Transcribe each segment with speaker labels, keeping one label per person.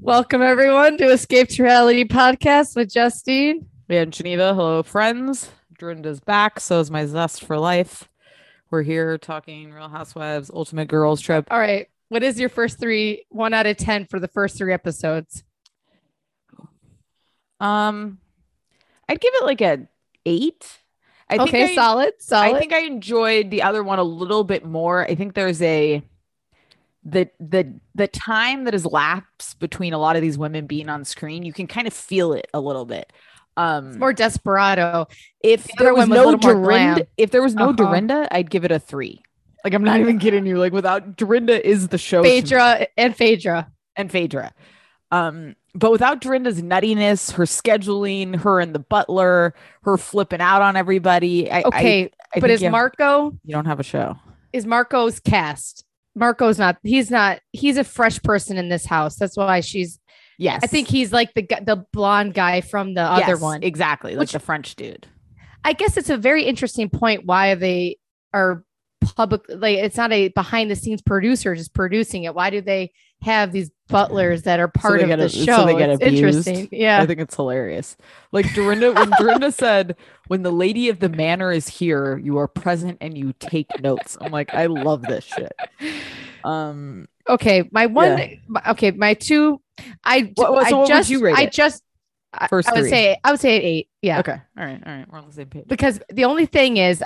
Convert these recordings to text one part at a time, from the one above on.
Speaker 1: Welcome everyone to Escape to Reality podcast with Justine.
Speaker 2: We have Geneva. Hello, friends. Dorinda's back. So is my zest for life. We're here talking Real Housewives, Ultimate Girls Trip.
Speaker 1: All right, what is your first three? One out of ten for the first three episodes.
Speaker 2: Um, I'd give it like a eight. I
Speaker 1: okay,
Speaker 2: I,
Speaker 1: solid, solid.
Speaker 2: I think I enjoyed the other one a little bit more. I think there's a the the the time that has lapsed between a lot of these women being on screen. You can kind of feel it a little bit. Um,
Speaker 1: it's more desperado.
Speaker 2: if
Speaker 1: The other
Speaker 2: there was
Speaker 1: one was a
Speaker 2: no
Speaker 1: little more glam.
Speaker 2: Dorinda, if there was no
Speaker 1: Uh-huh.
Speaker 2: Dorinda, I'd give it a three. Like I'm not even kidding you. Like without Dorinda is the show to me.
Speaker 1: Phaedra and Phaedra.
Speaker 2: and Phaedra. Um, but without Dorinda's nuttiness, her scheduling, her and the butler, her flipping out on everybody. I, I-
Speaker 1: Okay,
Speaker 2: I
Speaker 1: but
Speaker 2: think
Speaker 1: is
Speaker 2: you have-
Speaker 1: Marco
Speaker 2: you don't have a show.
Speaker 1: is Marco's cast? Marco's not. He's not. He's a fresh person in this house. That's why she's.
Speaker 2: Yes,
Speaker 1: I think he's like the gu- the blonde guy from the other
Speaker 2: Yes,
Speaker 1: one.
Speaker 2: exactly, like
Speaker 1: Which-
Speaker 2: the French dude.
Speaker 1: I guess it's a very interesting point why they are public like it's not a behind the scenes producer just producing it. Why do they have these butlers that are part
Speaker 2: they
Speaker 1: of
Speaker 2: get
Speaker 1: the
Speaker 2: a- so
Speaker 1: show?
Speaker 2: they get
Speaker 1: it's
Speaker 2: abused.
Speaker 1: interesting. Yeah.
Speaker 2: I think it's hilarious. Like Dorinda, when Dorinda said, "When the lady of the manor is here, you are present and you take notes." I'm like, I love this shit. Um,
Speaker 1: Okay. My one my- okay, my two I,
Speaker 2: What- what- so
Speaker 1: I
Speaker 2: what would
Speaker 1: just
Speaker 2: you rate
Speaker 1: I
Speaker 2: it?
Speaker 1: just I-
Speaker 2: First
Speaker 1: I would
Speaker 2: three.
Speaker 1: say I would say an eight. Yeah.
Speaker 2: okay, all right, all right, we're on the same page.
Speaker 1: Because the only thing is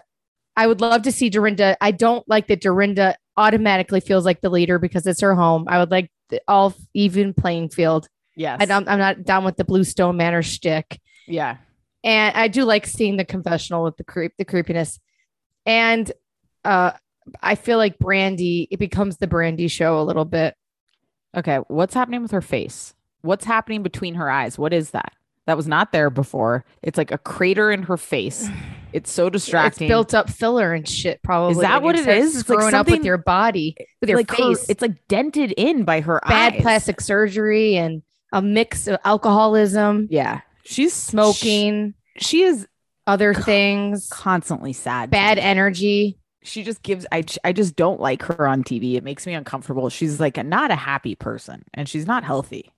Speaker 1: I would love to see Dorinda. I don't like that Dorinda automatically feels like the leader because it's her home. I would like the, all even playing field.
Speaker 2: Yes,
Speaker 1: I don't, I'm not down with the Blue Stone Manor shtick.
Speaker 2: yeah,
Speaker 1: And I do like seeing the confessional with the creep, the creepiness. And uh, I feel like Brandy, it becomes the Brandy show a little bit.
Speaker 2: Okay, what's happening with her face? What's happening between her eyes? What is that? That was not there before. It's like a crater in her face. It's so
Speaker 1: It's
Speaker 2: distracting.
Speaker 1: built up filler and shit, probably.
Speaker 2: that
Speaker 1: when you
Speaker 2: what it
Speaker 1: start
Speaker 2: is? It's like
Speaker 1: Screwing up with
Speaker 2: something-
Speaker 1: your body, with your
Speaker 2: like her-
Speaker 1: face.
Speaker 2: it's like dented in by her
Speaker 1: bad
Speaker 2: eyes.
Speaker 1: plastic surgery and a mix of alcoholism,
Speaker 2: Yeah, she's smoking.
Speaker 1: smoking,
Speaker 2: She, is
Speaker 1: other
Speaker 2: God.
Speaker 1: things,
Speaker 2: constantly sad. to
Speaker 1: bad
Speaker 2: me.
Speaker 1: energy.
Speaker 2: She just gives. I I just don't like her on TV. It makes me uncomfortable. She's like a, not a happy person, and she's not healthy.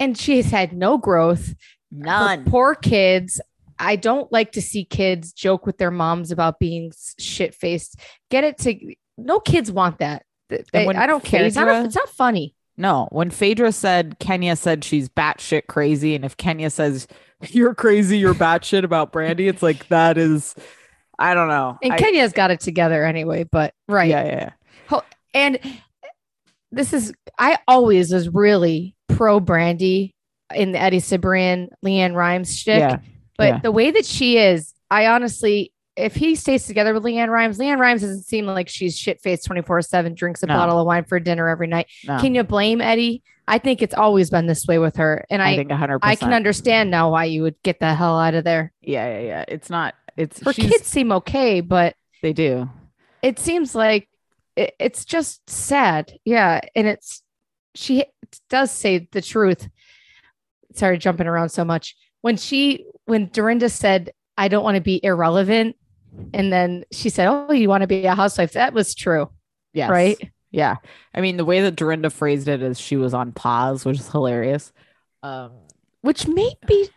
Speaker 1: And she's had no growth. for poor kids. I don't like to see kids joke with their moms about being shit faced. Get it to no kids want that. Th- they-
Speaker 2: when
Speaker 1: I don't care. It's not,
Speaker 2: Phaedra-
Speaker 1: it's not funny.
Speaker 2: No, when Phaedra said Kenya said she's batshit crazy, and if Kenya says you're crazy, you're batshit about Brandy, it's like that is, I don't know.
Speaker 1: And
Speaker 2: I-
Speaker 1: Kenya's got it together anyway, but right.
Speaker 2: yeah, yeah, yeah.
Speaker 1: And this is I always was really pro Brandy in the Eddie Cibrian, Leanne Rhymes shtick.
Speaker 2: Yeah,
Speaker 1: But
Speaker 2: yeah.
Speaker 1: the way that she is, I honestly, if he stays together with Leanne Rhymes, Leanne Rhymes doesn't seem like she's shit faced 24 7, drinks a
Speaker 2: No.
Speaker 1: bottle of wine for dinner every night.
Speaker 2: No,
Speaker 1: Can you blame Eddie? I think it's always been this way with her. And
Speaker 2: I,
Speaker 1: I,
Speaker 2: think hundred.
Speaker 1: I can understand now why you would get the hell out of there.
Speaker 2: Yeah, yeah, yeah. It's not. It's
Speaker 1: Her
Speaker 2: she's-
Speaker 1: kids seem okay, but
Speaker 2: They do.
Speaker 1: it seems like it, it's just sad. Yeah. And it's, she does say the truth. Sorry, jumping around so much. When she, when Dorinda said, I don't want to be irrelevant. And then she said, Oh, you want to be a housewife? That was true.
Speaker 2: Yes.
Speaker 1: Right.
Speaker 2: Yeah. I mean, the way that Dorinda phrased it is she was on pause, which is hilarious. Um,
Speaker 1: Which maybe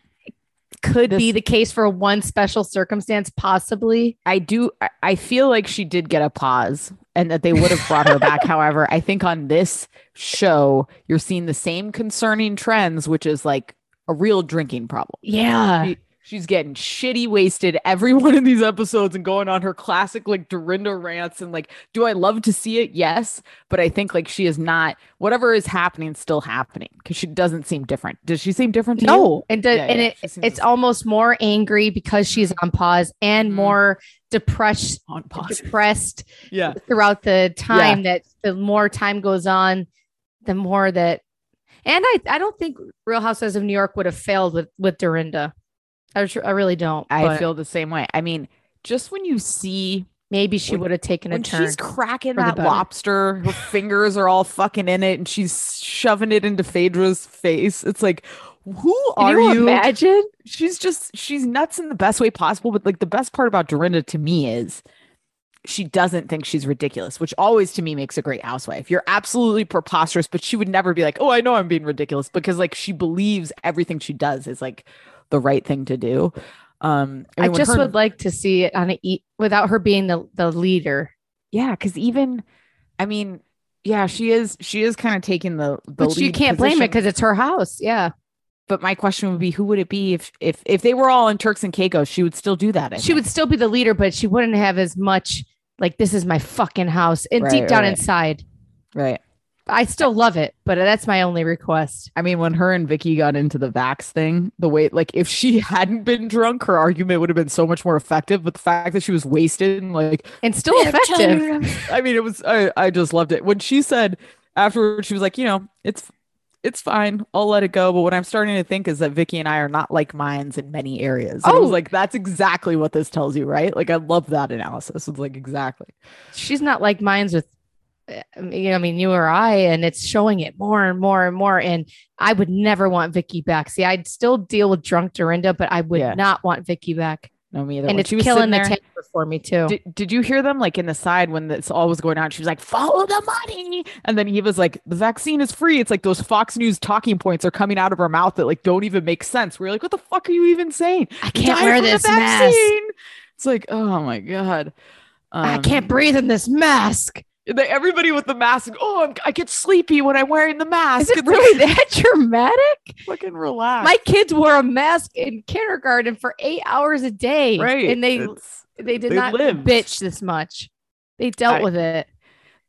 Speaker 1: could
Speaker 2: This-
Speaker 1: be the case for one special circumstance, possibly.
Speaker 2: I do. I- I feel like she did get a pause and that they would have brought her back. However, I think on this show, you're seeing the same concerning trends, which is like a real drinking problem.
Speaker 1: Yeah.
Speaker 2: She- she's getting shitty wasted every one of these episodes and going on her classic like Dorinda rants and like, do I love to see it? Yes. But I think like she is not, whatever is happening, is still happening because she doesn't seem different. Does she seem different to you?
Speaker 1: No, and do-
Speaker 2: Yeah,
Speaker 1: and
Speaker 2: yeah,
Speaker 1: it
Speaker 2: she seems
Speaker 1: it's
Speaker 2: the same.
Speaker 1: almost more angry because she's on pause and
Speaker 2: Mhm.
Speaker 1: more depressed
Speaker 2: On pause.
Speaker 1: depressed
Speaker 2: Yeah.
Speaker 1: throughout the time that the more time goes on, the more that and I I don't think Real Housewives of New York would have failed with with Dorinda. I, tr- I really don't.
Speaker 2: I
Speaker 1: but
Speaker 2: feel the same way. I mean, just when you see
Speaker 1: maybe she
Speaker 2: when-
Speaker 1: would have taken a
Speaker 2: when
Speaker 1: turn.
Speaker 2: she's cracking
Speaker 1: for the
Speaker 2: that
Speaker 1: better.
Speaker 2: lobster, her fingers are all fucking in it, and she's shoving it into Phaedra's face. It's like, who
Speaker 1: Can
Speaker 2: are
Speaker 1: you
Speaker 2: you?
Speaker 1: imagine?
Speaker 2: She's just she's nuts in the best way possible. But like the best part about Dorinda to me is she doesn't think she's ridiculous, which always to me makes a great housewife. You're absolutely preposterous, but she would never be like, "Oh, I know I'm being ridiculous," because like she believes everything she does is like the right thing to do. Um,
Speaker 1: I
Speaker 2: mean, when
Speaker 1: just
Speaker 2: her-
Speaker 1: would like to see it on a eat without her being the, the leader.
Speaker 2: yeah, because even, I mean, yeah, she is she is kind of taking the, the
Speaker 1: But you
Speaker 2: lead
Speaker 1: can't blame it
Speaker 2: position.
Speaker 1: because it's her house. Yeah.
Speaker 2: But my question would be, who would it be if if if they were all in Turks and Caicos? She would still do that. I
Speaker 1: she would still be the leader, but she wouldn't have as much like this is my fucking house. And deep
Speaker 2: Right,
Speaker 1: down
Speaker 2: right.
Speaker 1: inside,
Speaker 2: would right.
Speaker 1: I still love it, but that's my only request.
Speaker 2: I mean, when her and Vicky got into the vax thing, the way like if she hadn't been drunk, her argument would have been so much more effective. But the fact that she was wasted and like,
Speaker 1: And still effective.
Speaker 2: I mean, it was I, I just loved it. When she said afterwards, she was like, you know, it's it's fine, I'll let it go. But what I'm starting to think is that Vicky and I are not like minds in many areas. And I
Speaker 1: Oh.
Speaker 2: was like, that's exactly what this tells you, right? Like I love that analysis. It's like exactly.
Speaker 1: She's not like mine's with uh, you know, I mean, you or I, and it's showing it more and more and more. And I would never want Vicky back. See, I'd still deal with drunk Dorinda, but I would
Speaker 2: Yeah.
Speaker 1: not want Vicky back.
Speaker 2: No, me either.
Speaker 1: and
Speaker 2: When
Speaker 1: it's
Speaker 2: she was
Speaker 1: killing
Speaker 2: sitting
Speaker 1: the
Speaker 2: there-
Speaker 1: temper for me too.
Speaker 2: Did, did you hear them like in the side when this all was going on? She was like, follow the money. And then he was like, the vaccine is free. It's like those Fox News talking points are coming out of her mouth that like don't even make sense. We're like, what the fuck are you even saying?
Speaker 1: I can't
Speaker 2: Die
Speaker 1: wear
Speaker 2: from the
Speaker 1: this mask.
Speaker 2: vaccine." It's like, oh my God.
Speaker 1: I
Speaker 2: Um,
Speaker 1: can't breathe in this mask.
Speaker 2: They, everybody with the mask, like, oh, I'm, I get sleepy when I'm wearing the mask.
Speaker 1: Is it
Speaker 2: It's like,
Speaker 1: really that dramatic?
Speaker 2: fucking relax?
Speaker 1: my kids wore a mask in kindergarten for eight hours a day
Speaker 2: right.
Speaker 1: and they
Speaker 2: It's-
Speaker 1: they did
Speaker 2: they
Speaker 1: not
Speaker 2: lived.
Speaker 1: bitch this much they dealt
Speaker 2: I-
Speaker 1: with it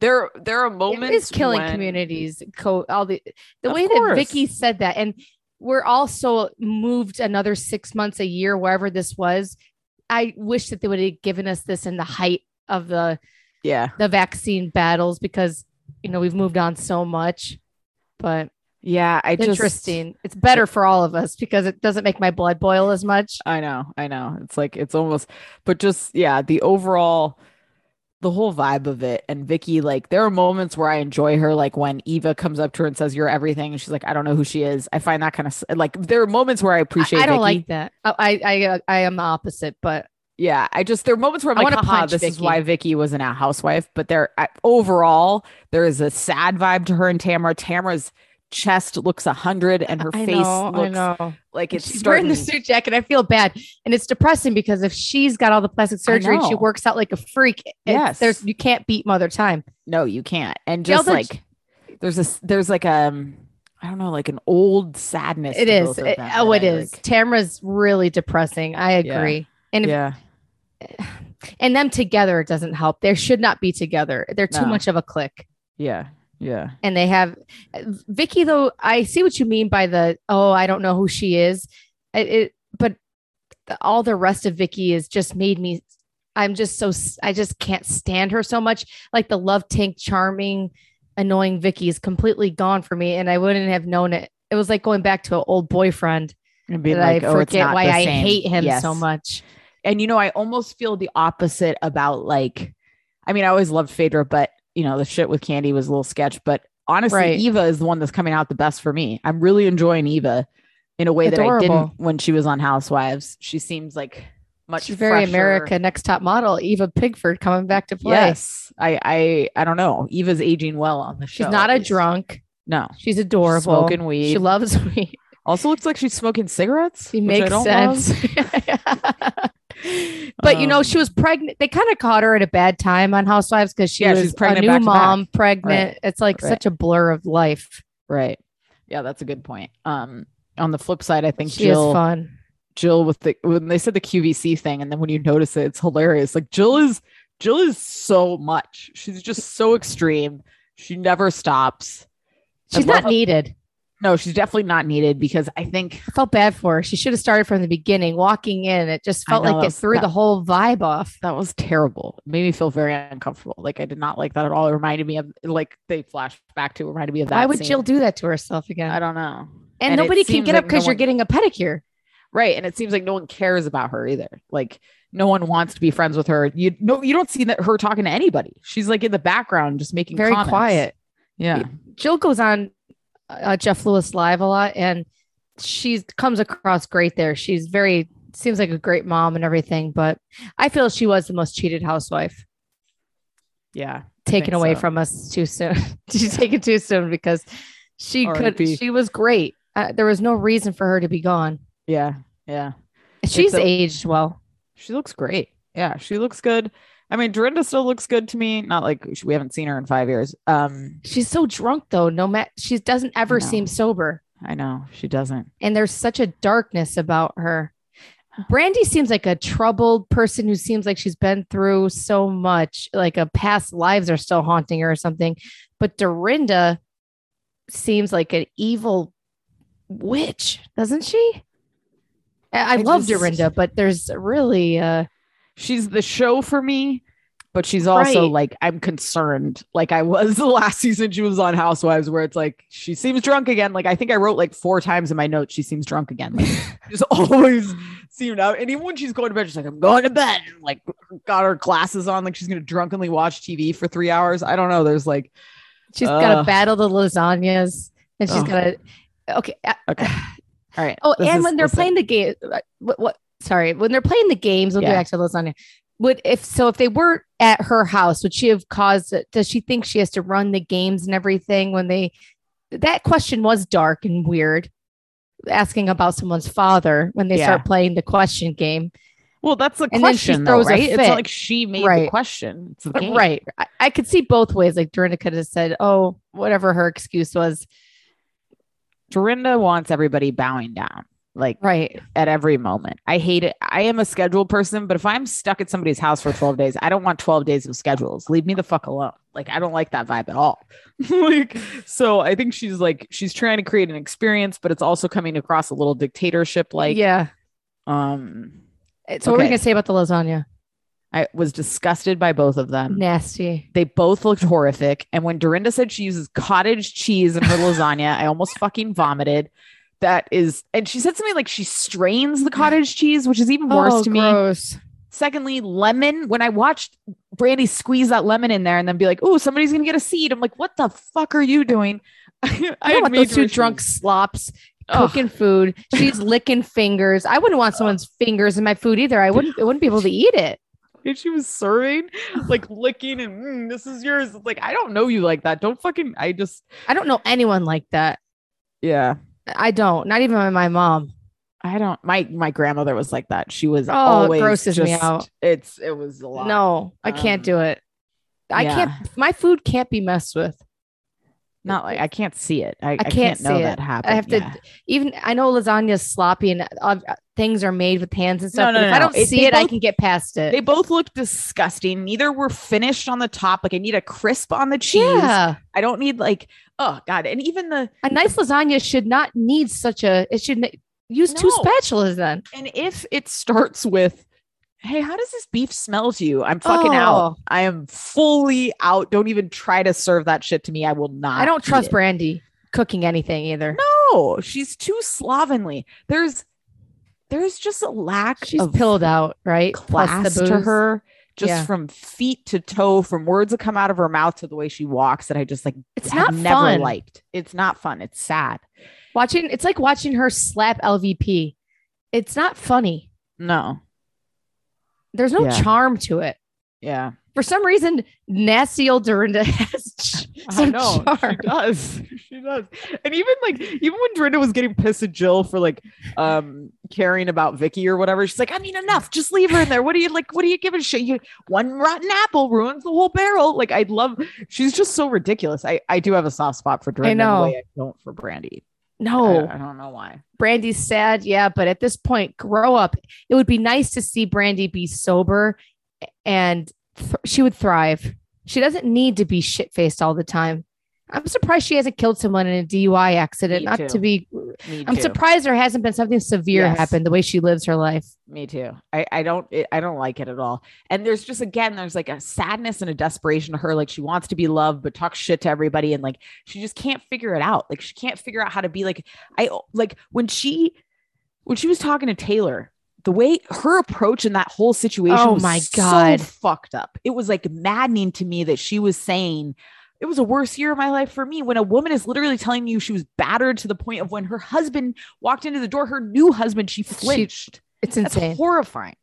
Speaker 2: there, there are
Speaker 1: it
Speaker 2: moments.
Speaker 1: is killing
Speaker 2: when-
Speaker 1: communities co- all the the
Speaker 2: Of
Speaker 1: way that
Speaker 2: course.
Speaker 1: vicky said that and we're also moved another six months a year wherever this was i wish that they would have given us this in the height of the
Speaker 2: Yeah.
Speaker 1: the vaccine battles because you know we've moved on so much but
Speaker 2: Yeah. I just.
Speaker 1: interesting it's better for all of us because it doesn't make my blood boil as much
Speaker 2: I know, I know. It's like it's almost, but just yeah, the overall, the whole vibe of it. And Vicky, like, there are moments where I enjoy her, like when Eva comes up to her and says, "You're everything," and she's like, "I don't know who she is." I find that kind of like there are moments where I appreciate.
Speaker 1: I, I don't
Speaker 2: Vicky.
Speaker 1: like that. Oh, I I uh, I am the opposite, but
Speaker 2: Yeah, I just there are moments where I'm
Speaker 1: I
Speaker 2: like,
Speaker 1: wanna
Speaker 2: haha,
Speaker 1: punch
Speaker 2: this is
Speaker 1: Vicky."
Speaker 2: why Vicky wasn't a housewife. But there, I, overall, there is a sad vibe to her and Tamara. Tamara's chest looks a hundred, and her
Speaker 1: I
Speaker 2: face
Speaker 1: know, I
Speaker 2: looks
Speaker 1: know.
Speaker 2: like it's
Speaker 1: she's
Speaker 2: starting.
Speaker 1: wearing the suit jacket. I feel bad, and it's depressing because if she's got all the plastic surgery, and she
Speaker 2: know.
Speaker 1: works out like a freak. it's-
Speaker 2: Yes.
Speaker 1: there's you can't beat Mother Time.
Speaker 2: No, you can't. And
Speaker 1: Yeah,
Speaker 2: just
Speaker 1: but-
Speaker 2: like there's a there's like um I don't know like an old sadness.
Speaker 1: It
Speaker 2: to
Speaker 1: is.
Speaker 2: both of
Speaker 1: It-
Speaker 2: them
Speaker 1: oh,
Speaker 2: that
Speaker 1: it
Speaker 2: I,
Speaker 1: is.
Speaker 2: like-
Speaker 1: Tamara's really depressing. I
Speaker 2: Yeah.
Speaker 1: agree. And if-
Speaker 2: yeah,
Speaker 1: and them together doesn't help. They should not be together. They're too
Speaker 2: No.
Speaker 1: much of a clique.
Speaker 2: yeah, yeah.
Speaker 1: and they have Vicky though I see what you mean by the oh I don't know who she is it, it but the, all the rest of Vicky is just made me I'm just so s- I just can't stand her so much like the love tank charming annoying Vicky is completely gone for me and I wouldn't have known it it was like going back to an old boyfriend
Speaker 2: And
Speaker 1: that
Speaker 2: being like,
Speaker 1: I
Speaker 2: oh, it's
Speaker 1: forget
Speaker 2: not
Speaker 1: why
Speaker 2: the
Speaker 1: I
Speaker 2: same.
Speaker 1: hate him
Speaker 2: Yes.
Speaker 1: so much
Speaker 2: And you know, I almost feel the opposite about like, I mean, I always loved Phaedra, but you know, the shit with Candy was a little sketch. But honestly,
Speaker 1: Right.
Speaker 2: Eva is the one that's coming out the best for me. I'm really enjoying Eva in a way that I
Speaker 1: Adorable.
Speaker 2: didn't when she was on Housewives. She seems like much
Speaker 1: She's very
Speaker 2: fresher.
Speaker 1: America next top model Eva Pigford coming back to play
Speaker 2: Yes, I, I, I don't know. Eva's aging well on the show.
Speaker 1: she's not
Speaker 2: at
Speaker 1: a
Speaker 2: least.
Speaker 1: drunk
Speaker 2: No,
Speaker 1: she's adorable
Speaker 2: smoking weed.
Speaker 1: she loves weed
Speaker 2: also looks like she's smoking cigarettes.
Speaker 1: She
Speaker 2: which I
Speaker 1: makes
Speaker 2: don't love.
Speaker 1: sense. but you know,
Speaker 2: Um,
Speaker 1: she was pregnant. They kind of caught her at a bad time on Housewives because she
Speaker 2: Yeah,
Speaker 1: was
Speaker 2: she's pregnant
Speaker 1: a new
Speaker 2: back to
Speaker 1: mom,
Speaker 2: back.
Speaker 1: pregnant. It's like
Speaker 2: Right.
Speaker 1: such a blur of life.
Speaker 2: Right. Yeah, that's a good point. Um, on the flip side, I think
Speaker 1: she is
Speaker 2: Jill,
Speaker 1: fun.
Speaker 2: Jill with the when they said the QVC thing, and then when you notice it, it's hilarious. Like Jill is Jill is so much. She's just so extreme. She never stops. I
Speaker 1: She's not
Speaker 2: love-
Speaker 1: needed.
Speaker 2: No, she's definitely not needed because I think
Speaker 1: I felt bad for her. She should have started from the beginning. Walking in, it just
Speaker 2: I
Speaker 1: felt
Speaker 2: know,
Speaker 1: like
Speaker 2: that
Speaker 1: it
Speaker 2: was-
Speaker 1: threw
Speaker 2: that-
Speaker 1: the whole vibe off.
Speaker 2: that was terrible. It made me feel very uncomfortable. Like I did not like that at all. It reminded me of like they flashed back to it reminded me of that.
Speaker 1: Why would
Speaker 2: scene.
Speaker 1: Jill do that to herself again?
Speaker 2: I don't know.
Speaker 1: and,
Speaker 2: it
Speaker 1: nobody can
Speaker 2: seems
Speaker 1: get up
Speaker 2: like
Speaker 1: because
Speaker 2: no
Speaker 1: you're
Speaker 2: one-
Speaker 1: getting a pedicure.
Speaker 2: Right. And it seems like no one cares about her either. Like no one wants to be friends with her. You no, you don't see that her talking to anybody. She's like in the background, just making
Speaker 1: Very
Speaker 2: comments.
Speaker 1: quiet.
Speaker 2: Yeah.
Speaker 1: Jill goes on uh, Jeff Lewis Live a lot, and she comes across great there. She's very seems like a great mom and everything, but I feel she was the most cheated housewife.
Speaker 2: Yeah.
Speaker 1: taken
Speaker 2: think
Speaker 1: away
Speaker 2: so.
Speaker 1: from us too soon. Did you take it too soon? Because she
Speaker 2: R.I.P..
Speaker 1: could, she was great. Uh, there was no reason for her to be gone.
Speaker 2: Yeah. Yeah.
Speaker 1: She's
Speaker 2: a-
Speaker 1: aged well.
Speaker 2: She looks great. Yeah, she looks good. I mean, Dorinda still looks good to me. Not like we haven't seen her in five years. Um,
Speaker 1: She's so drunk though. No matter, she doesn't ever
Speaker 2: know.
Speaker 1: seem sober.
Speaker 2: I know she doesn't.
Speaker 1: And there's such a darkness about her. Brandy seems like a troubled person who seems like she's been through so much, like a past lives are still haunting her or something. But Dorinda seems like an evil witch, doesn't she? I, I
Speaker 2: I
Speaker 1: love
Speaker 2: just-
Speaker 1: Dorinda, but there's really uh
Speaker 2: She's the show for me, but she's also
Speaker 1: Right.
Speaker 2: like I'm concerned. Like I was the last season she was on Housewives, where it's like she seems drunk again. Like I think I wrote like four times in my notes, she seems drunk again. Like she's always seemed out. And even when she's going to bed, she's like, I'm going to bed. and, Like got her glasses on, like she's gonna drunkenly watch TV for three hours. I don't know. There's like
Speaker 1: she's got to
Speaker 2: Ugh.
Speaker 1: battle the lasagnas and she's
Speaker 2: Ugh.
Speaker 1: got to okay. uh,
Speaker 2: Okay. All right.
Speaker 1: Oh,
Speaker 2: This
Speaker 1: and
Speaker 2: is-
Speaker 1: when they're
Speaker 2: listen.
Speaker 1: playing the game, uh, what, what? Sorry, when they're playing the games, we'll
Speaker 2: Yeah.
Speaker 1: get back to lasagna. Would if so? If they were at her house, would she have caused? it- Does she think she has to run the games and everything when they? That question was dark and weird. Asking about someone's father when they
Speaker 2: Yeah.
Speaker 1: start playing the question game,
Speaker 2: Well, that's the
Speaker 1: And then she
Speaker 2: question, though,
Speaker 1: throws a
Speaker 2: right? It's
Speaker 1: fit.
Speaker 2: not like she made the
Speaker 1: Right.
Speaker 2: question. It's the
Speaker 1: But
Speaker 2: game.
Speaker 1: right? I, I could see both ways. Like Dorinda could have said, "Oh, whatever her excuse was."
Speaker 2: Dorinda wants everybody bowing down, like
Speaker 1: Right?
Speaker 2: at every moment. I hate it. I am a schedule person, but if I'm stuck at somebody's house for 12 days, I don't want 12 days of schedules. Leave me the fuck alone. Like, I don't like that vibe at all. like, so I think she's like, she's trying to create an experience, but it's also coming across a little dictatorship like.
Speaker 1: yeah.
Speaker 2: Um,
Speaker 1: So what were we
Speaker 2: okay.
Speaker 1: gonna say about the lasagna?
Speaker 2: I was disgusted by both of them.
Speaker 1: Nasty.
Speaker 2: They both looked horrific. And when Dorinda said she uses cottage cheese in her lasagna, I almost fucking vomited. That is, and she said something like she strains the cottage cheese, which is even worse to me.
Speaker 1: Oh, gross.
Speaker 2: Secondly, lemon. When I watched Brandy squeeze that lemon in there and then be like, oh, somebody's going to get a seed. I'm like, what the fuck are you doing? I
Speaker 1: I don't want those
Speaker 2: major
Speaker 1: two
Speaker 2: issues.
Speaker 1: drunk slops
Speaker 2: Ugh.
Speaker 1: cooking food. She's licking fingers. I wouldn't want someone's fingers in my food either. I wouldn't. I wouldn't be able to eat it.
Speaker 2: And she was serving, like licking, and "Mm, this is yours. It's like, I don't know you like that. Don't fucking, I just,
Speaker 1: I don't know anyone like that.
Speaker 2: yeah.
Speaker 1: I don't. Not even my mom.
Speaker 2: I don't. My my grandmother was like that. She was
Speaker 1: Oh, it
Speaker 2: always
Speaker 1: grosses me
Speaker 2: just-
Speaker 1: out.
Speaker 2: It's it was a lot.
Speaker 1: No, I can't
Speaker 2: Um,
Speaker 1: do it. I
Speaker 2: yeah.
Speaker 1: can't. My food can't be messed with.
Speaker 2: not like I can't see it. I, I, can't,
Speaker 1: can't
Speaker 2: know
Speaker 1: see it.
Speaker 2: that happened.
Speaker 1: I have to.
Speaker 2: Yeah.
Speaker 1: Even I know lasagna's sloppy and uh, things are made with hands and
Speaker 2: No,
Speaker 1: stuff.
Speaker 2: no,
Speaker 1: but if I
Speaker 2: no.
Speaker 1: don't
Speaker 2: It-
Speaker 1: see
Speaker 2: they
Speaker 1: it, I
Speaker 2: both-
Speaker 1: can get past it.
Speaker 2: They both look disgusting. Neither were finished on the top. Like I need a crisp on the cheese.
Speaker 1: yeah,
Speaker 2: I don't need like oh god. And even the
Speaker 1: a nice lasagna should not need such a. It should n- use two
Speaker 2: No.
Speaker 1: spatulas then.
Speaker 2: and if it starts with, hey, how does this beef smell to you? I'm fucking out.
Speaker 1: Oh.
Speaker 2: I am fully out. Don't even try to serve that shit to me. I will not.
Speaker 1: I don't
Speaker 2: eat it.
Speaker 1: trust Brandy cooking anything either.
Speaker 2: No, she's too slovenly. There's there's just a lack
Speaker 1: She's
Speaker 2: of
Speaker 1: pilled out, right? Plus the
Speaker 2: class to
Speaker 1: booze.
Speaker 2: her, just
Speaker 1: Yeah.
Speaker 2: from feet to toe, from words that come out of her mouth to the way she walks that I just like
Speaker 1: It's
Speaker 2: have
Speaker 1: not
Speaker 2: never
Speaker 1: fun.
Speaker 2: liked. It's not fun. It's sad.
Speaker 1: Watching it's like watching her slap LVP. It's not funny.
Speaker 2: No.
Speaker 1: There's no
Speaker 2: Yeah.
Speaker 1: charm to it.
Speaker 2: Yeah.
Speaker 1: For some reason, nasty old Dorinda has ch-
Speaker 2: I
Speaker 1: some
Speaker 2: know she
Speaker 1: charm.
Speaker 2: does. She does. And even like even when Dorinda was getting pissed at Jill for like um caring about Vicky or whatever, she's like, I mean, enough. Just leave her in there. What are you like? What are you giving a shit? You one rotten apple ruins the whole barrel. Like I love. She's just so ridiculous. I I do have a soft spot for Dorinda.
Speaker 1: know.
Speaker 2: The way I don't for Brandy.
Speaker 1: No,
Speaker 2: I, I don't know why.
Speaker 1: Brandy's sad, yeah, but at this point, grow up. It would be nice to see Brandy be sober, and th- she would thrive. She doesn't need to be shit faced all the time. I'm surprised she hasn't killed someone in a DUI accident.
Speaker 2: Me
Speaker 1: not
Speaker 2: too.
Speaker 1: to be
Speaker 2: Me
Speaker 1: I'm
Speaker 2: too.
Speaker 1: surprised there hasn't been something severe
Speaker 2: Yes.
Speaker 1: happen the way she lives her life.
Speaker 2: Me too. I, I don't it, I don't like it at all. And there's just again there's like a sadness and a desperation to her. Like she wants to be loved, but talks shit to everybody, and like she just can't figure it out. Like she can't figure out how to be like I like when she when she was talking to Taylor. The way her approach in that whole situation
Speaker 1: Oh
Speaker 2: was
Speaker 1: my
Speaker 2: so
Speaker 1: God.
Speaker 2: fucked up. It was like maddening to me that she was saying it was a worse year of my life for me when a woman is literally telling you she was battered to the point of when her husband walked into the door, her new husband, she
Speaker 1: She-
Speaker 2: flinched.
Speaker 1: It's
Speaker 2: That's
Speaker 1: insane.
Speaker 2: horrifying.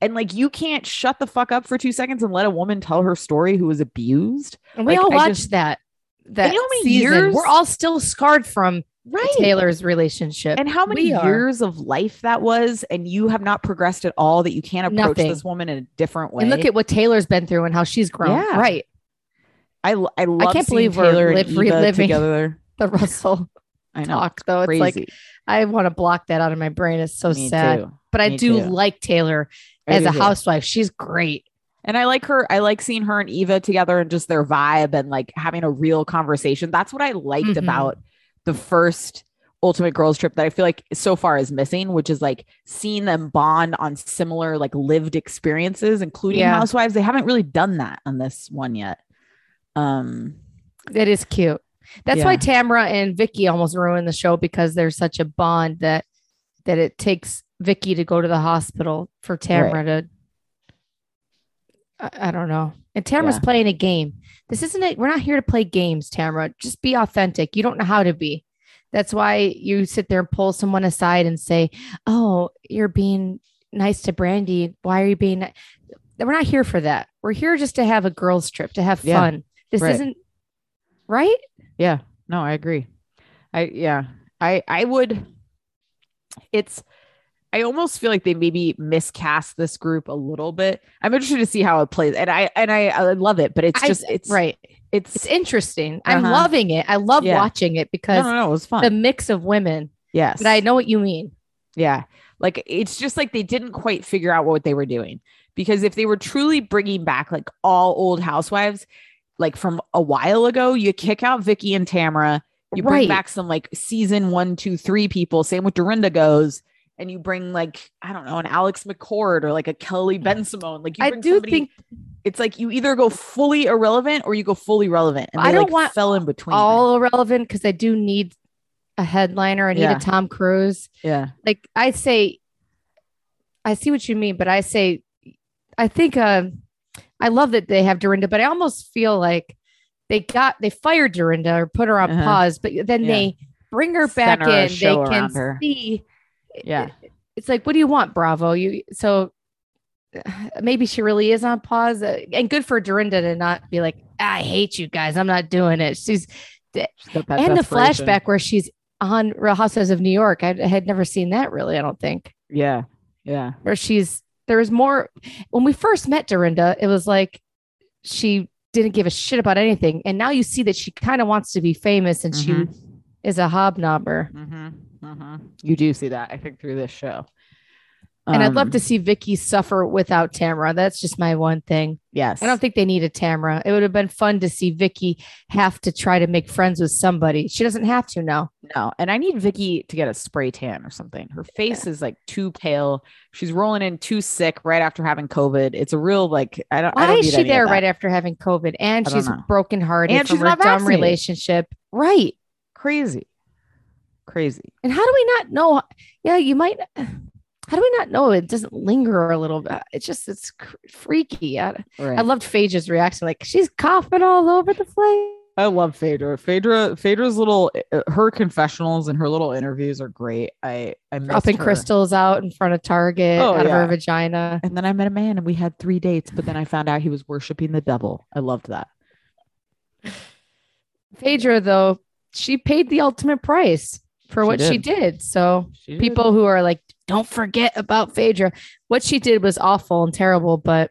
Speaker 2: And like you can't shut the fuck up for two seconds and let a woman tell her story who was abused.
Speaker 1: And we
Speaker 2: Like,
Speaker 1: all
Speaker 2: I
Speaker 1: watched
Speaker 2: just-
Speaker 1: that. That
Speaker 2: you know how many
Speaker 1: season.
Speaker 2: years-
Speaker 1: We're all still scarred from
Speaker 2: Right.
Speaker 1: Taylor's relationship.
Speaker 2: And how many
Speaker 1: We are.
Speaker 2: years of life that was, and you have not progressed at all that you can't approach
Speaker 1: Nothing.
Speaker 2: this woman in a different way.
Speaker 1: And look at what Taylor's been through and how she's grown.
Speaker 2: Yeah.
Speaker 1: Right.
Speaker 2: I l- I love
Speaker 1: can't
Speaker 2: seeing
Speaker 1: believe we're
Speaker 2: Taylor and
Speaker 1: live-
Speaker 2: Eva
Speaker 1: reliving
Speaker 2: together.
Speaker 1: The Russell
Speaker 2: I know.
Speaker 1: talk, though. It's
Speaker 2: crazy.
Speaker 1: like I want to block that out of my brain. It's so
Speaker 2: Me
Speaker 1: sad.
Speaker 2: too.
Speaker 1: But I
Speaker 2: Me
Speaker 1: do
Speaker 2: too.
Speaker 1: like Taylor
Speaker 2: I
Speaker 1: as
Speaker 2: do
Speaker 1: a
Speaker 2: too.
Speaker 1: housewife. She's great.
Speaker 2: And I like her. I like seeing her and Eva together and just their vibe and like having a real conversation. That's what I liked
Speaker 1: Mhm.
Speaker 2: about the first Ultimate Girls Trip that I feel like so far is missing, which is like seeing them bond on similar like lived experiences, including
Speaker 1: Yeah.
Speaker 2: housewives. They haven't really done that on this one yet. Um,
Speaker 1: That is cute. That's why
Speaker 2: Yeah.
Speaker 1: Tamra and Vicky almost ruined the show because there's such a bond that that it takes Vicky to go to the hospital for Tamra to. I, I don't know. And Tamra's
Speaker 2: Yeah.
Speaker 1: playing a game. This isn't it. We're not here to play games, Tamra. Just be authentic. You don't know how to be. That's why you sit there and pull someone aside and say, "Oh, you're being nice to Brandy. Why are you being?" ni-" We're not here for that. We're here just to have a girls' trip to have
Speaker 2: Yeah.
Speaker 1: fun. This
Speaker 2: Right.
Speaker 1: isn't right.
Speaker 2: Yeah. No, I agree. I yeah. I I would it's I almost feel like they maybe miscast this group a little bit. I'm interested to see how it plays. And I and I, I love it, but it's
Speaker 1: I-
Speaker 2: just it's
Speaker 1: right.
Speaker 2: It's,
Speaker 1: It's interesting. I'm
Speaker 2: Uh-huh.
Speaker 1: loving it. I love
Speaker 2: Yeah.
Speaker 1: watching it
Speaker 2: no,
Speaker 1: because
Speaker 2: no, no, it was fun.
Speaker 1: the mix of women.
Speaker 2: yes.
Speaker 1: But I know what you mean.
Speaker 2: Yeah. Like it's just like they didn't quite figure out what they were doing because if they were truly bringing back like all old housewives like from a while ago, you kick out Vicky and Tamara, you bring
Speaker 1: Right.
Speaker 2: back some like season one, two, three people. Same with Dorinda goes, and you bring like I don't know an Alex McCord or like a Kelly Ben Simone. Like you
Speaker 1: I
Speaker 2: bring
Speaker 1: do
Speaker 2: somebody-
Speaker 1: think
Speaker 2: it's like you either go fully irrelevant or you go fully relevant. And
Speaker 1: I
Speaker 2: they,
Speaker 1: don't
Speaker 2: like,
Speaker 1: want
Speaker 2: fell in between.
Speaker 1: all irrelevant because I do need a headliner. I need
Speaker 2: Yeah.
Speaker 1: a Tom Cruise.
Speaker 2: yeah,
Speaker 1: Like I say, I see what you mean, but I say, I think uh, I love that they have Dorinda, but I almost feel like they got they fired Dorinda or put her on
Speaker 2: Uh-huh.
Speaker 1: pause, but then
Speaker 2: Yeah.
Speaker 1: they bring her back
Speaker 2: Center a
Speaker 1: in. They
Speaker 2: show
Speaker 1: can
Speaker 2: around her.
Speaker 1: see
Speaker 2: yeah.
Speaker 1: it's like, what do you want, Bravo? You so maybe she really is on pause, uh, and good for Dorinda to not be like, I hate you guys, I'm not doing it. She's
Speaker 2: Just got that
Speaker 1: and the
Speaker 2: desperation.
Speaker 1: flashback where she's on Real Housewives of New York. I, I had never seen that really. I don't think
Speaker 2: Yeah, yeah.
Speaker 1: where she's there was more when we first met Dorinda. It was like she didn't give a shit about anything, and now you see that she kind of wants to be famous, and
Speaker 2: Mm-hmm.
Speaker 1: she is a hobnobber.
Speaker 2: hmm hmm You do see that, I think, through this show.
Speaker 1: And I'd love to
Speaker 2: Um,
Speaker 1: see Vicky suffer without Tamara. That's just my one thing.
Speaker 2: Yes,
Speaker 1: I don't think they need a Tamara. It would have been fun to see Vicky have to try to make friends with somebody. She doesn't have to now.
Speaker 2: no. And I need Vicky to get a spray tan or something. Her face is like too pale. She's rolling in too sick right after having COVID. It's a real like I don't. I
Speaker 1: Why
Speaker 2: don't
Speaker 1: is
Speaker 2: need
Speaker 1: she
Speaker 2: any of
Speaker 1: there
Speaker 2: that.
Speaker 1: right after having COVID? And
Speaker 2: I don't
Speaker 1: she's
Speaker 2: know.
Speaker 1: brokenhearted
Speaker 2: And
Speaker 1: from
Speaker 2: she's
Speaker 1: her
Speaker 2: not
Speaker 1: dumb
Speaker 2: vaccinated.
Speaker 1: relationship. Right.
Speaker 2: Crazy, crazy.
Speaker 1: And how do we not know? Yeah, you might. How do we not know it doesn't linger a little bit? It's just, it's cr- freaky. I,
Speaker 2: Right.
Speaker 1: I loved Phaedra's reaction. Like she's coughing all over the place.
Speaker 2: I love Phaedra. Phaedra, Phaedra's little, uh, her confessionals and her little interviews are great. I, I missed
Speaker 1: Dropping
Speaker 2: her.
Speaker 1: crystals out in front of Target
Speaker 2: Oh,
Speaker 1: out of her
Speaker 2: yeah.
Speaker 1: vagina.
Speaker 2: And then I met a man and we had three dates, but then I found out he was worshiping the devil. I loved that.
Speaker 1: Phaedra, though, she paid the ultimate price for
Speaker 2: She
Speaker 1: what she
Speaker 2: did.
Speaker 1: did. So
Speaker 2: She did.
Speaker 1: people who are like, don't forget about Phaedra. What she did was awful and terrible, but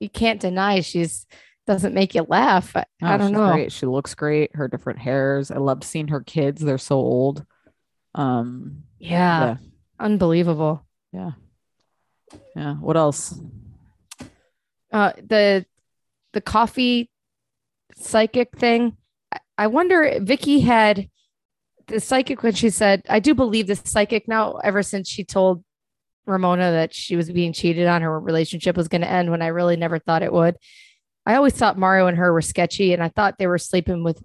Speaker 1: you can't deny she's doesn't make you laugh. I, I
Speaker 2: Oh,
Speaker 1: don't
Speaker 2: she's
Speaker 1: know.
Speaker 2: Great. She looks great. Her different hairs. I love seeing her kids. They're so old. Um,
Speaker 1: Yeah.
Speaker 2: Yeah.
Speaker 1: Unbelievable.
Speaker 2: yeah. What else?
Speaker 1: Uh the the coffee psychic thing. I, I wonder Vicky had the psychic when she said, I do believe this psychic now ever since she told Ramona that she was being cheated on, her relationship was going to end when I really never thought it would. I always thought Mario and her were sketchy, and I thought they were sleeping with.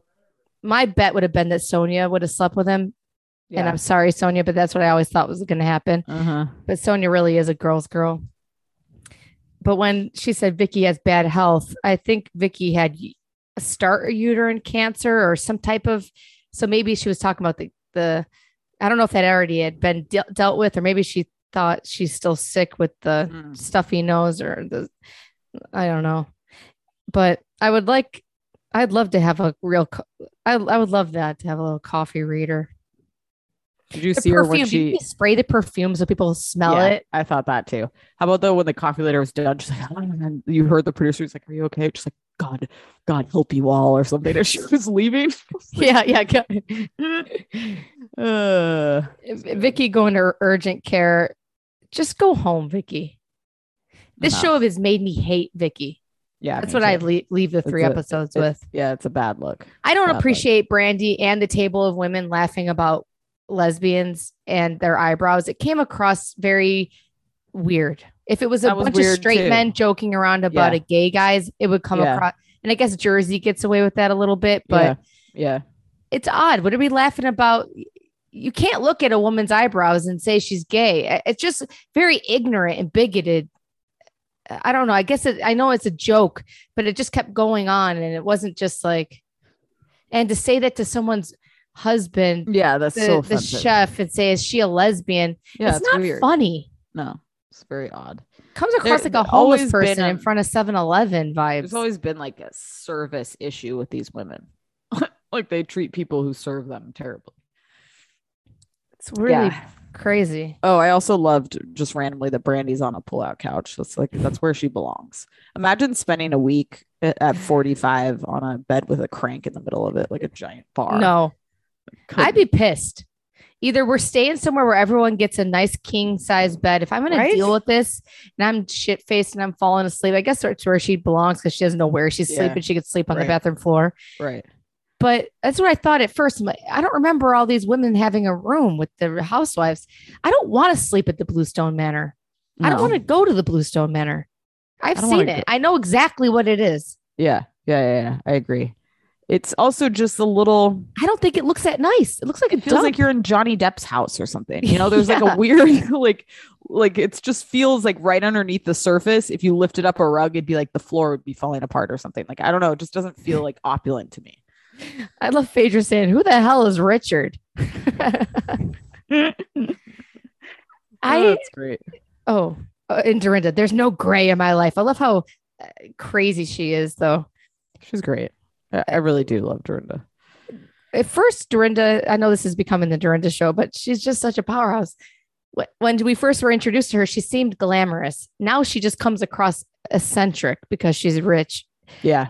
Speaker 1: My bet would have been that Sonia would have slept with him. And I'm sorry, Sonia, but that's what I always thought was going to happen.
Speaker 2: Uh-huh.
Speaker 1: But Sonia really is a girl's girl. But when she said Vicky has bad health, I think Vicky had y- a start uterine cancer or some type of. So maybe she was talking about the the. I don't know if that already had been de- dealt with, or maybe she thought she's still sick with the
Speaker 2: Mm.
Speaker 1: stuffy nose or the I don't know. But I would like I'd love to have a real co- I I would love that to have a little coffee reader.
Speaker 2: Did you
Speaker 1: The
Speaker 2: see her when
Speaker 1: perfume, do
Speaker 2: she
Speaker 1: you spray the perfume so people smell
Speaker 2: Yeah,
Speaker 1: it.
Speaker 2: I thought that too. How about though when the coffee later was done, she's like, "Oh," and then you heard the producer was like, Are you okay? She's like, God, God help you all or something. As she was leaving.
Speaker 1: Yeah, yeah. go-
Speaker 2: Uh,
Speaker 1: Vicky going to urgent care. Just go home, Vicky. This
Speaker 2: no.
Speaker 1: show of his made me hate Vicky.
Speaker 2: uh-huh. Yeah.
Speaker 1: That's
Speaker 2: me
Speaker 1: what I
Speaker 2: too.
Speaker 1: le- leave the
Speaker 2: It's
Speaker 1: three
Speaker 2: a-
Speaker 1: episodes
Speaker 2: it-
Speaker 1: with.
Speaker 2: Yeah, it's a bad look.
Speaker 1: I don't
Speaker 2: Not like-
Speaker 1: appreciate Brandy and the table of women laughing about lesbians and their eyebrows. It came across very weird. If it was a
Speaker 2: That was
Speaker 1: bunch of
Speaker 2: weird,
Speaker 1: straight
Speaker 2: too.
Speaker 1: men joking around about
Speaker 2: Yeah.
Speaker 1: a gay guys, it would come
Speaker 2: Yeah.
Speaker 1: across. And I guess Jersey gets away with that a little bit, but
Speaker 2: yeah.
Speaker 1: it's odd. What are we laughing about? You can't look at a woman's eyebrows and say she's gay. I- It's just very ignorant and bigoted. I don't know. I guess it, I know it's a joke, but it just kept going on, and it wasn't just like. And to say that to someone's
Speaker 2: Yeah.
Speaker 1: husband,
Speaker 2: Yeah, that's
Speaker 1: the,
Speaker 2: so
Speaker 1: the
Speaker 2: offensive.
Speaker 1: chef, and say, "Is she a lesbian?"
Speaker 2: yeah,
Speaker 1: it's, not funny.
Speaker 2: No, it's very odd.
Speaker 1: Comes across
Speaker 2: There-
Speaker 1: like a
Speaker 2: there's
Speaker 1: homeless
Speaker 2: always been,
Speaker 1: person in
Speaker 2: um,
Speaker 1: front of 7-Eleven
Speaker 2: There's
Speaker 1: vibes.
Speaker 2: always been like a service issue with these women. like they treat people who serve them terribly.
Speaker 1: it's really
Speaker 2: Yeah.
Speaker 1: crazy.
Speaker 2: Oh, I also loved just randomly that Brandy's on a pull-out couch. That's like that's where she belongs. Imagine spending a week a- at 45 on a bed with a crank in the middle of it, like a giant bar.
Speaker 1: No,
Speaker 2: Couldn't-
Speaker 1: I'd be pissed. Either we're staying somewhere where everyone gets a nice king size bed. If I'm going
Speaker 2: Right?
Speaker 1: to deal with this and I'm shit faced and I'm falling asleep, I guess that's where she belongs because she doesn't know where she's
Speaker 2: Yeah.
Speaker 1: sleeping. She could sleep on
Speaker 2: Right.
Speaker 1: the bathroom floor.
Speaker 2: right.
Speaker 1: But that's what I thought at first. I'm like, I don't remember all these women having a room with the housewives. I don't want to sleep at the Bluestone Manor. I don't
Speaker 2: No.
Speaker 1: want to go to the Bluestone Manor. I've
Speaker 2: I don't wanna
Speaker 1: seen it.
Speaker 2: go-
Speaker 1: I know exactly what it is.
Speaker 2: Yeah, yeah, yeah, yeah. I agree. It's also just a little
Speaker 1: I don't think it looks that nice. It looks like
Speaker 2: it feels like
Speaker 1: dump.
Speaker 2: you're in Johnny Depp's house or something. You know, there's like
Speaker 1: Yeah.
Speaker 2: a weird like like it's just feels like right underneath the surface. If you lifted up a rug, it'd be like the floor would be falling apart or something. Like I don't know, it just doesn't feel like opulent to me.
Speaker 1: I love Phaedra saying, "Who the hell is Richard?"
Speaker 2: Oh,
Speaker 1: I
Speaker 2: that's great.
Speaker 1: oh, uh, and Dorinda, there's no gray in my life. I love how uh, crazy she is, though.
Speaker 2: She's great. I, I really do love Dorinda.
Speaker 1: At first, Dorinda, I know this is becoming the Dorinda show, but she's just such a powerhouse. Wh- When we first were introduced to her, she seemed glamorous. Now she just comes across eccentric because she's rich
Speaker 2: Yeah.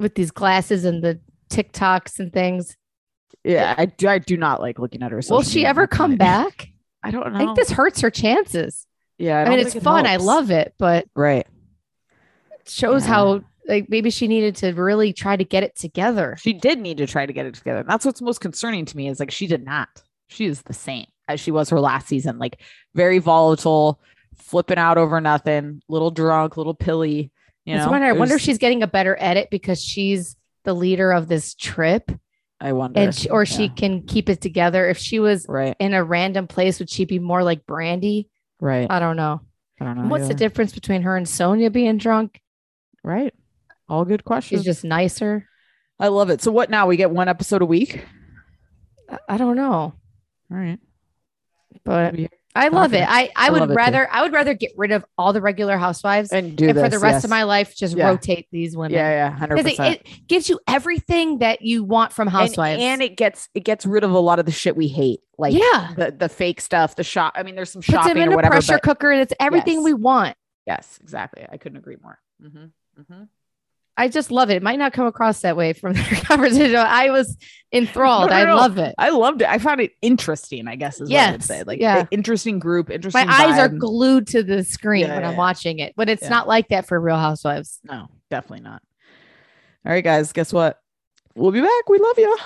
Speaker 1: with these glasses and the TikToks and things.
Speaker 2: Yeah. I do I do not like looking at her.
Speaker 1: Will
Speaker 2: social
Speaker 1: she
Speaker 2: media
Speaker 1: ever come
Speaker 2: content.
Speaker 1: back?
Speaker 2: I don't know.
Speaker 1: I think this hurts her chances.
Speaker 2: yeah.
Speaker 1: I,
Speaker 2: don't
Speaker 1: mean,
Speaker 2: think
Speaker 1: it's
Speaker 2: it
Speaker 1: fun. I
Speaker 2: helps.
Speaker 1: love it, but
Speaker 2: right.
Speaker 1: shows
Speaker 2: Yeah.
Speaker 1: how like maybe she needed to really try to get it together.
Speaker 2: She did need to try to get it together. And that's what's most concerning to me is like she did not. She is the same as she was her last season, like very volatile, flipping out over nothing, little drunk, little pilly. You
Speaker 1: That's
Speaker 2: know,
Speaker 1: when I
Speaker 2: It
Speaker 1: wonder if
Speaker 2: was-
Speaker 1: she's getting a better edit because she's the leader of this trip
Speaker 2: I wonder,
Speaker 1: and she, or she
Speaker 2: Yeah.
Speaker 1: can keep it together. If she was
Speaker 2: right,
Speaker 1: in a random place, would she be more like Brandy?
Speaker 2: right.
Speaker 1: I don't know.
Speaker 2: I don't know.
Speaker 1: And What's the
Speaker 2: either.
Speaker 1: difference between her and Sonia being drunk?
Speaker 2: Right, all good questions.
Speaker 1: She's just nicer.
Speaker 2: I love it. So what now? We get one episode a week.
Speaker 1: I- I don't know,
Speaker 2: All right.
Speaker 1: but
Speaker 2: Maybe-
Speaker 1: I love it.
Speaker 2: confident.
Speaker 1: I, I
Speaker 2: I
Speaker 1: would
Speaker 2: love it too.
Speaker 1: rather I would rather get rid of all the regular housewives
Speaker 2: And do
Speaker 1: and
Speaker 2: this
Speaker 1: for the rest
Speaker 2: yes.
Speaker 1: of my life just
Speaker 2: Yeah.
Speaker 1: rotate these women.
Speaker 2: Yeah, yeah, hundred
Speaker 1: because it,
Speaker 2: percent.
Speaker 1: it gives you everything that you want from
Speaker 2: And,
Speaker 1: housewives
Speaker 2: and it gets it gets rid of a lot of the shit we hate, like
Speaker 1: yeah
Speaker 2: the the fake stuff, the shop. I mean, there's some
Speaker 1: puts them
Speaker 2: shopping
Speaker 1: in
Speaker 2: or
Speaker 1: a
Speaker 2: whatever.
Speaker 1: pressure
Speaker 2: but
Speaker 1: cooker and it's everything
Speaker 2: Yes.
Speaker 1: we want
Speaker 2: yes, exactly. I couldn't agree more. Mm-hmm. Mm-hmm.
Speaker 1: i just love it it might not come across that way from their conversation i was enthralled
Speaker 2: No, no,
Speaker 1: i
Speaker 2: no.
Speaker 1: love it
Speaker 2: I loved it. I found it interesting. I guess is what I would
Speaker 1: Yes,
Speaker 2: say. Like
Speaker 1: yeah.
Speaker 2: i- interesting group.
Speaker 1: my
Speaker 2: Interesting.
Speaker 1: eyes are
Speaker 2: vibe.
Speaker 1: glued to the screen
Speaker 2: Yeah,
Speaker 1: when
Speaker 2: yeah,
Speaker 1: i'm
Speaker 2: yeah.
Speaker 1: watching it but it's
Speaker 2: Yeah.
Speaker 1: not like that for real housewives
Speaker 2: no, definitely not. All right, guys. Guess what? We'll be back. We love you.